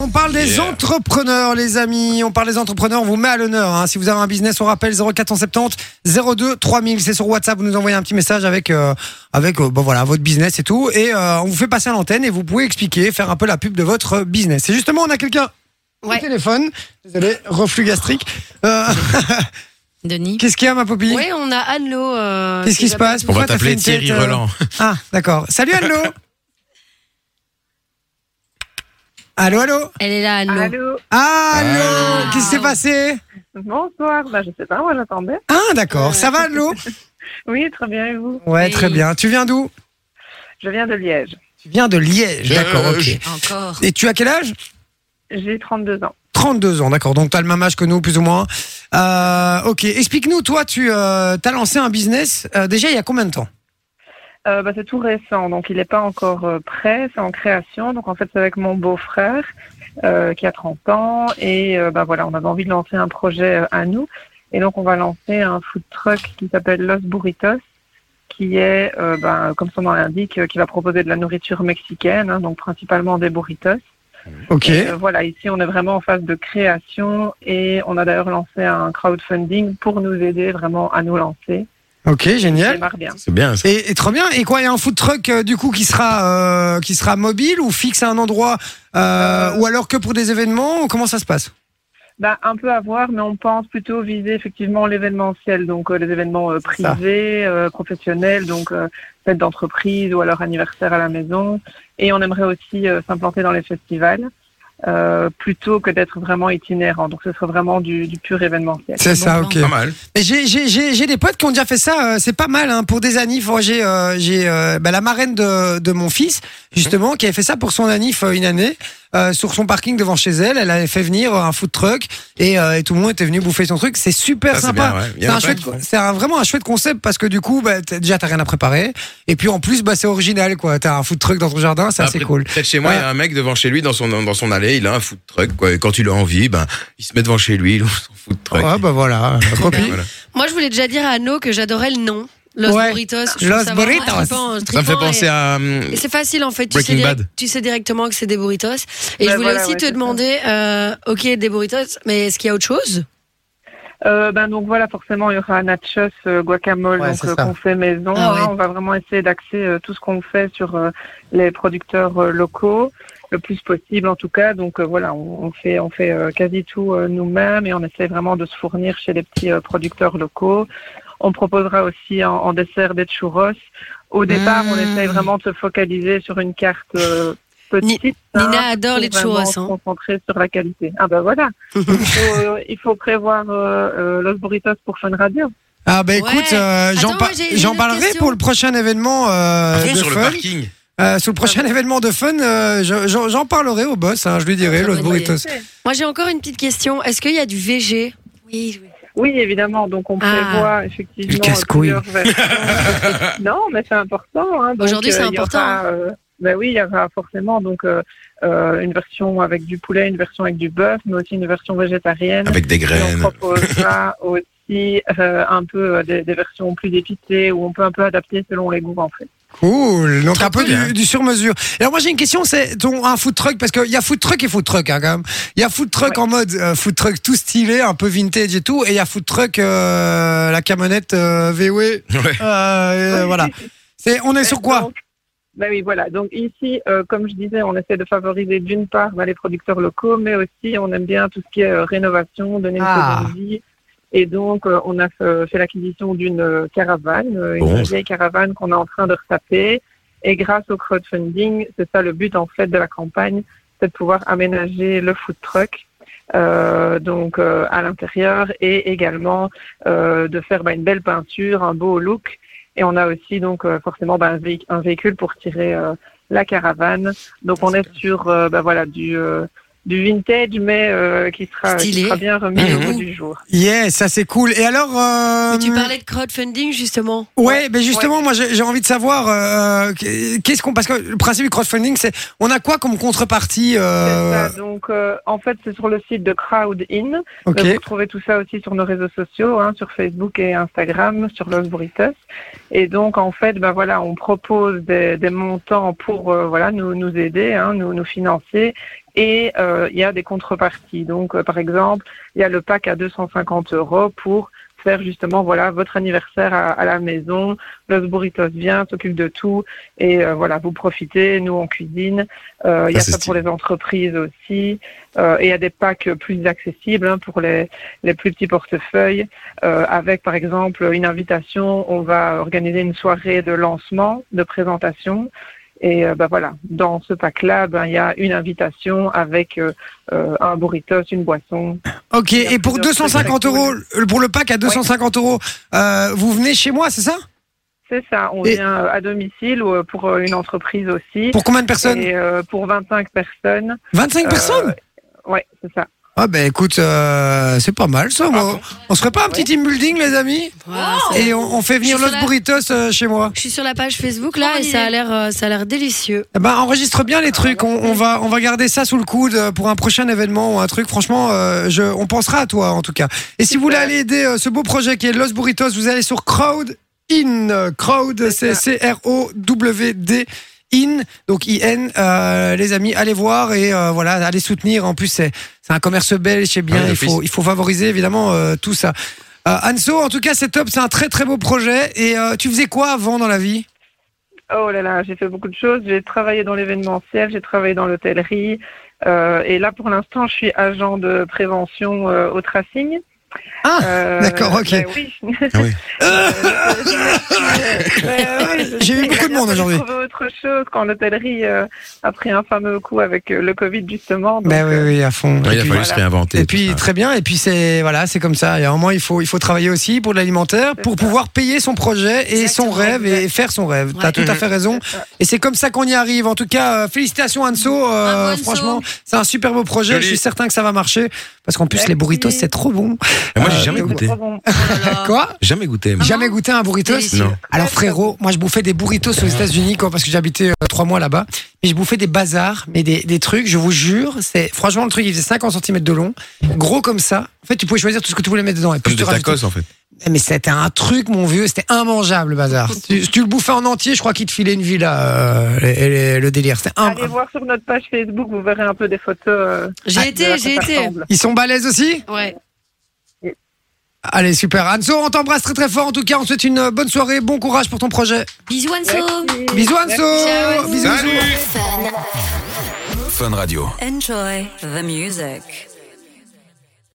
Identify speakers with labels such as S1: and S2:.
S1: On parle des
S2: Yeah.
S1: entrepreneurs, les amis. On parle des entrepreneurs. On vous met à l'honneur. hein. Si vous avez un business, on rappelle 0470 02 3000. C'est sur WhatsApp. Vous nous envoyez un petit message avec, euh, avec euh, bon, voilà, votre business et tout. Et euh, on vous fait passer à l'antenne et vous pouvez expliquer, faire un peu la pub de votre business. Et justement, on a quelqu'un au
S3: Ouais.
S1: téléphone. Désolé, reflux gastrique. Euh,
S3: Denis.
S1: Qu'est-ce qu'il y a, ma poppy
S3: Oui, on a Anne-Lo. euh,
S1: Qu'est-ce qui se
S3: j'appelle-
S1: passe
S2: On
S1: Pourquoi
S2: va
S1: t'as fait
S2: t'appeler
S1: une tête,
S2: Thierry
S1: euh,
S2: Roland.
S1: Ah, d'accord. Salut, Allo Allô, allô
S3: Elle est là, Anne-Lo.
S4: Allô,
S1: Allô Qu'est-ce
S3: Allô.
S1: qui s'est passé
S4: bonsoir. Bah, je sais pas, moi j'attendais.
S1: Ah, d'accord. Ça va, Allo
S4: Oui, très bien, et vous
S1: Ouais,
S3: Oui.
S1: très bien. Tu viens d'où
S4: Je viens de Liège.
S1: Tu viens de Liège,
S2: Euh,
S1: d'accord, ok.
S2: je-
S3: Encore.
S1: Et tu as quel âge
S4: J'ai 32 ans.
S1: 32 ans, d'accord. Donc tu as le même âge que nous, plus ou moins. Euh, ok, explique-nous, toi, tu as lancé un business euh, déjà il y a combien de temps
S4: Euh, bah, c'est tout récent, donc il n'est pas encore euh, prêt, c'est en création. Donc en fait, c'est avec mon beau-frère euh, qui a 30 ans. Et euh, bah, voilà, on avait envie de lancer un projet euh, à nous. Et donc on va lancer un food truck qui s'appelle Los Burritos, qui est, euh, bah, comme son nom l'indique, euh, qui va proposer de la nourriture mexicaine, hein, donc principalement des burritos.
S1: Ok.
S4: Et, euh, voilà, ici on est vraiment en phase de création et on a d'ailleurs lancé un crowdfunding pour nous aider vraiment à nous lancer.
S1: Ok,
S4: Ça
S1: génial.
S4: démarre bien.
S2: C'est bien ça.
S1: Et, et trop bien. Et quoi, il y a un food truck euh, du coup qui sera, euh, qui sera mobile ou fixe à un endroit euh, ou alors que pour des événements ou Comment ça se passe
S4: Bah, un peu à voir, mais on pense plutôt viser effectivement l'événementiel, donc euh, les événements euh,
S1: C'est ça.
S4: privés, euh, professionnels, donc euh, fêtes d'entreprise ou alors anniversaire à la maison. Et on aimerait aussi euh, s'implanter dans les festivals. euh, plutôt que d'être vraiment itinérant. Donc ce serait vraiment du, du pur événementiel.
S1: C'est
S3: bon
S1: ça,
S3: plan.
S1: ok.
S2: Pas mal.
S1: Mais J'ai j'ai- j'ai- j'ai des potes qui ont déjà fait ça, euh, c'est pas mal hein, pour des anifs. Moi, J'ai euh, j'ai, euh, bah, la marraine de, de mon fils, justement, qui avait fait ça pour son anif euh, une année, euh, sur son parking devant chez elle. Elle avait fait venir euh, un food truck et, euh, et tout le monde était venu bouffer son truc. C'est super
S2: Ça, c'est
S1: sympa.
S2: bien, ouais. Il
S1: C'est
S2: y en a
S1: un
S2: plein
S1: chouette-
S2: qui font.
S1: C'est un- vraiment un chouette concept parce que du coup, bah, t'as- déjà, t'as rien à préparer. Et puis en plus, bah, c'est original, quoi. T'as un food truck dans ton jardin, c'est assez
S2: Ah, Après,
S1: cool. Ah.
S2: Près de chez moi, il y a un mec devant chez lui, dans son, dans son allée, il a un food truck. Quoi. Et quand il a envie, ben, il se met devant chez lui, il ouvre son food truck.
S1: Ouais, bah voilà. Copie.
S2: Voilà.
S3: Moi, je voulais déjà dire à Anno que j'adorais le nom. Los
S1: Ouais.
S3: Burritos. je trouve
S1: Los
S3: ça vraiment
S1: Burritos.
S3: trippant,
S2: Ça
S3: hein,
S2: me fait
S3: trippant
S2: penser
S3: et-
S2: à. hum,
S3: et c'est facile en fait, tu
S2: Breaking
S3: sais, direct-
S2: Bad.
S3: tu sais directement que c'est des burritos. Et
S1: Ben
S4: Bah,
S3: je voulais
S4: voilà,
S3: aussi
S4: ouais,
S3: te
S4: c'est ça.
S3: demander, euh, ok, des burritos, mais est-ce qu'il y a autre chose
S4: Euh, ben donc voilà, forcément, il y aura nachos, euh, guacamole,
S1: Ouais,
S4: donc
S1: c'est
S4: euh,
S1: ça.
S4: qu'on fait maison.
S3: Ah
S4: hein.
S3: ouais.
S4: On va vraiment essayer d'axer euh, tout ce qu'on fait sur euh, les producteurs euh, locaux, le plus possible en tout cas. Donc euh, voilà, on, on fait on fait euh, quasi tout euh, nous-mêmes et on essaie vraiment de se fournir chez les petits euh, producteurs locaux. On proposera aussi en, en dessert des churros. Au départ, on
S1: Mmh.
S4: essaye vraiment de se focaliser sur une carte euh, petite.
S1: Ah,
S4: hein,
S3: Nina adore
S4: pour
S3: les
S4: vraiment
S3: churros.
S4: se
S3: hein.
S4: concentrer sur la qualité. Ah ben voilà. il, faut, euh, il faut prévoir euh, euh, Los Burritos pour Fun Radio.
S1: Ah, bah
S3: Ouais.
S1: écoute, euh, j'en
S3: Attends,
S1: par-
S3: moi, j'ai- j'ai
S1: j'en
S3: une
S1: parlerai
S3: question.
S1: pour le prochain événement euh,
S2: à fond
S1: de
S2: sur le
S1: fun.
S2: parking.
S1: Euh, sur le prochain
S3: Ah.
S1: événement de fun, euh, je- j'en j'en parlerai au boss, hein, je lui dirai,
S3: Ah, Très
S1: Los
S3: bonne
S1: Burritos.
S3: Moi, j'ai encore une petite question. Est-ce qu'il y a du VG Oui, oui.
S4: Oui, évidemment. Donc on
S3: Ah.
S4: prévoit effectivement
S1: Le casse-couille.
S4: plusieurs versions. non, mais c'est important. hein. Donc,
S3: Aujourd'hui, c'est
S4: euh, il y
S3: important,
S4: aura, euh, ben oui, il y aura forcément donc euh, euh, une version avec du poulet, une version avec du bœuf, mais aussi une version végétarienne.
S2: Avec des
S4: Et on
S2: graines.
S4: proposera aussi euh, un peu euh, des, des versions plus épicées où on peut un peu adapter selon les goûts en fait.
S1: Cool, donc un peu
S2: bien.
S3: hein.
S1: du, du sur-mesure. Et Alors moi j'ai une question, c'est ton un food truck parce qu'il y a food truck et food truck hein, quand même. Il y a food truck en mode euh, food truck tout stylé, un peu vintage et tout, et il y a food truck euh, la camionnette euh, VW.
S2: Ouais.
S1: euh, euh, voilà. C'est on est sur quoi
S4: Donc, ben oui, voilà. Donc ici, euh, comme je disais, on essaie de favoriser d'une part ben, les producteurs locaux, mais aussi on aime bien tout ce qui est euh, rénovation, donner une
S1: Ah.
S4: seconde vie. Et donc, euh, on a euh, fait l'acquisition d'une euh, caravane, euh, une
S2: Bon.
S4: vieille caravane qu'on est en train de retaper. Et grâce au crowdfunding, c'est ça le but en fait de la campagne, c'est de pouvoir aménager le food truck euh, donc euh, à l'intérieur et également euh, de faire bah, une belle peinture, un beau look. Et on a aussi donc euh, forcément bah, un, véhi- un véhicule pour tirer euh, la caravane. Donc on est sur euh, bah, voilà du euh, du vintage mais euh, qui sera qui
S3: Stylé.
S4: sera bien remis
S2: Mais
S4: au
S3: le
S4: goût
S3: goût.
S4: du jour.
S1: Yes, ça c'est cool. Et alors euh,
S3: Mais tu parlais de crowdfunding justement.
S1: Ouais, mais justement, moi j'ai j'ai envie de savoir euh, qu'est-ce qu'on parce que le principe du crowdfunding c'est on a quoi comme contrepartie euh,
S4: C'est ça. Donc euh, en fait c'est sur le site de Crowdin.
S1: OK.
S4: Euh, Vous trouvez tout ça aussi sur nos réseaux sociaux, hein, sur Facebook et Instagram, sur Los Burritos. Et donc, en fait, ben voilà, on propose des, des montants pour euh, voilà nous, nous aider, hein, nous, nous financer. et euh, il y a des contreparties. Donc, euh, par exemple, il y a le pack à 250 euros pour faire justement voilà votre anniversaire à, à la maison. Los Burritos vient, s'occupe de tout et euh, voilà vous profitez. Nous on cuisine. Euh, il y a
S2: c'est
S4: ça pour les entreprises aussi. Euh, et il y a des packs plus accessibles hein, pour les, les plus petits portefeuilles euh, avec par exemple une invitation. On va organiser une soirée de lancement, de présentation. Et euh, bah, voilà, dans ce pack-là, ben, il y a une invitation avec euh, euh, un burritos, une boisson,
S1: Ok,
S4: Il y a
S1: et pour
S4: plusieurs
S1: 250
S4: trucs à
S1: euros, le- pour le pack à 250 euros, euh, vous venez chez moi, c'est ça
S4: C'est ça, on
S1: Et-
S4: vient euh, à domicile ou euh, pour euh, une entreprise aussi.
S1: Pour combien de personnes
S4: Et euh, pour 25 personnes.
S1: 25
S4: Euh,
S1: personnes
S4: Ouais, c'est ça.
S1: Ah ben écoute, euh, c'est pas mal ça.
S4: Ah
S1: moi. On se ferait pas un petit team building, les amis Et on, on fait venir
S3: Je suis
S1: Los
S3: là.
S1: Burritos euh, chez moi.
S3: Je suis sur la page Facebook là et ça a l'air, euh, ça a l'air délicieux.
S1: Eh Ben, enregistre bien les trucs. On, on va, on va garder ça sous le coude euh, pour un prochain événement ou un truc. Franchement, euh, je, on pensera à toi en tout cas. Et si vous voulez aller aider euh, ce beau projet qui est Los Burritos, vous allez sur Crowd In. Crowd, c'est C-R-O-W-D. In, donc IN, euh, les amis, allez voir et euh, voilà, allez soutenir. En plus, c'est c'est un commerce belge, c'est bien.
S2: Ah oui,
S1: il,
S2: d'office.
S1: faut, il faut favoriser évidemment euh, tout ça. Euh, Anso, en tout cas, c'est top, c'est un très très beau projet. Et euh, tu faisais quoi avant dans la vie
S4: Oh là là, j'ai fait beaucoup de choses. J'ai travaillé dans l'événementiel, j'ai travaillé dans l'hôtellerie. Euh, et là, pour l'instant, je suis agent de prévention euh, au tracing.
S1: Ah,
S4: Euh,
S1: d'accord, ok.
S4: ben oui.
S2: Ah oui.
S4: Euh, je- je- ben oui, je
S1: J'ai eu
S4: sais,
S1: beaucoup de
S4: il a
S1: monde
S4: fallu
S1: aujourd'hui.
S4: trouver autre chose quand l'hôtellerie euh, a pris un fameux coup avec euh, le Covid, justement. Donc,
S1: Ben oui,
S4: euh,
S1: oui, à fond.
S2: Ouais,
S1: Et
S2: il a
S1: puis-
S2: fallu se réinventer.
S1: Et puis
S2: tout ça.
S1: très bien. Et puis c'est voilà, c'est comme ça. Et à un moment, il faut il faut travailler aussi pour de l'alimentaire,
S4: C'est
S1: pour
S4: ça.
S1: pouvoir payer son projet et son
S3: Exactement.
S1: rêve et faire son rêve. T'as
S3: Ouais.
S1: tout à fait raison.
S4: C'est ça.
S1: Et c'est comme ça qu'on y arrive. En tout cas, euh, félicitations Anso. Euh,
S3: Bravo, Anso.
S1: Franchement, c'est un super beau projet.
S2: Joli.
S1: Je suis certain que ça va marcher parce qu'en plus les
S4: Merci.
S1: burritos c'est trop bon.
S2: Mais moi,
S1: Euh,
S2: j'ai jamais
S1: donc-
S2: goûté.
S4: Oh, bon.
S1: Quoi
S2: Jamais goûté.
S4: Ah
S2: moi.
S1: Jamais goûté un burritos
S3: Délicieux.
S2: Non.
S1: Alors frérot, moi je bouffais des burritos aux États-Unis quoi, parce que j'habitais euh, trois mois là-bas. Mais je bouffais des bazars, mais des, des trucs, je vous jure, c'est franchement le truc il faisait 50 cm de long, gros comme ça. En fait, tu pouvais choisir tout ce que tu voulais mettre dedans et puis
S2: Comme
S1: tu
S2: des
S1: rajoutais-
S2: tacos, en fait.
S1: Mais c'était un truc mon vieux, c'était immangeable le bazar. si, si tu le bouffais en entier, je crois qu'il te filait une villa euh, et- et le délire, c'était
S3: Ah,
S1: un...
S4: Allez voir sur notre page Facebook, vous verrez un peu des photos. euh,
S3: J'ai
S1: Ah,
S4: de
S3: été,
S4: à
S3: j'ai
S4: quoi ça
S3: été.
S4: ressemble.
S1: Ils sont balèzes aussi
S3: Ouais.
S1: Allez, super. Anso, on t'embrasse très très fort en tout cas. On te souhaite une euh, bonne soirée, bon courage pour ton projet.
S3: Bisous Anso.
S4: Merci.
S1: Bisous Anso
S3: Ciao,
S1: Oh,
S3: Anso.
S1: Bisous, bisous.
S2: Salut
S5: Enjoy the music.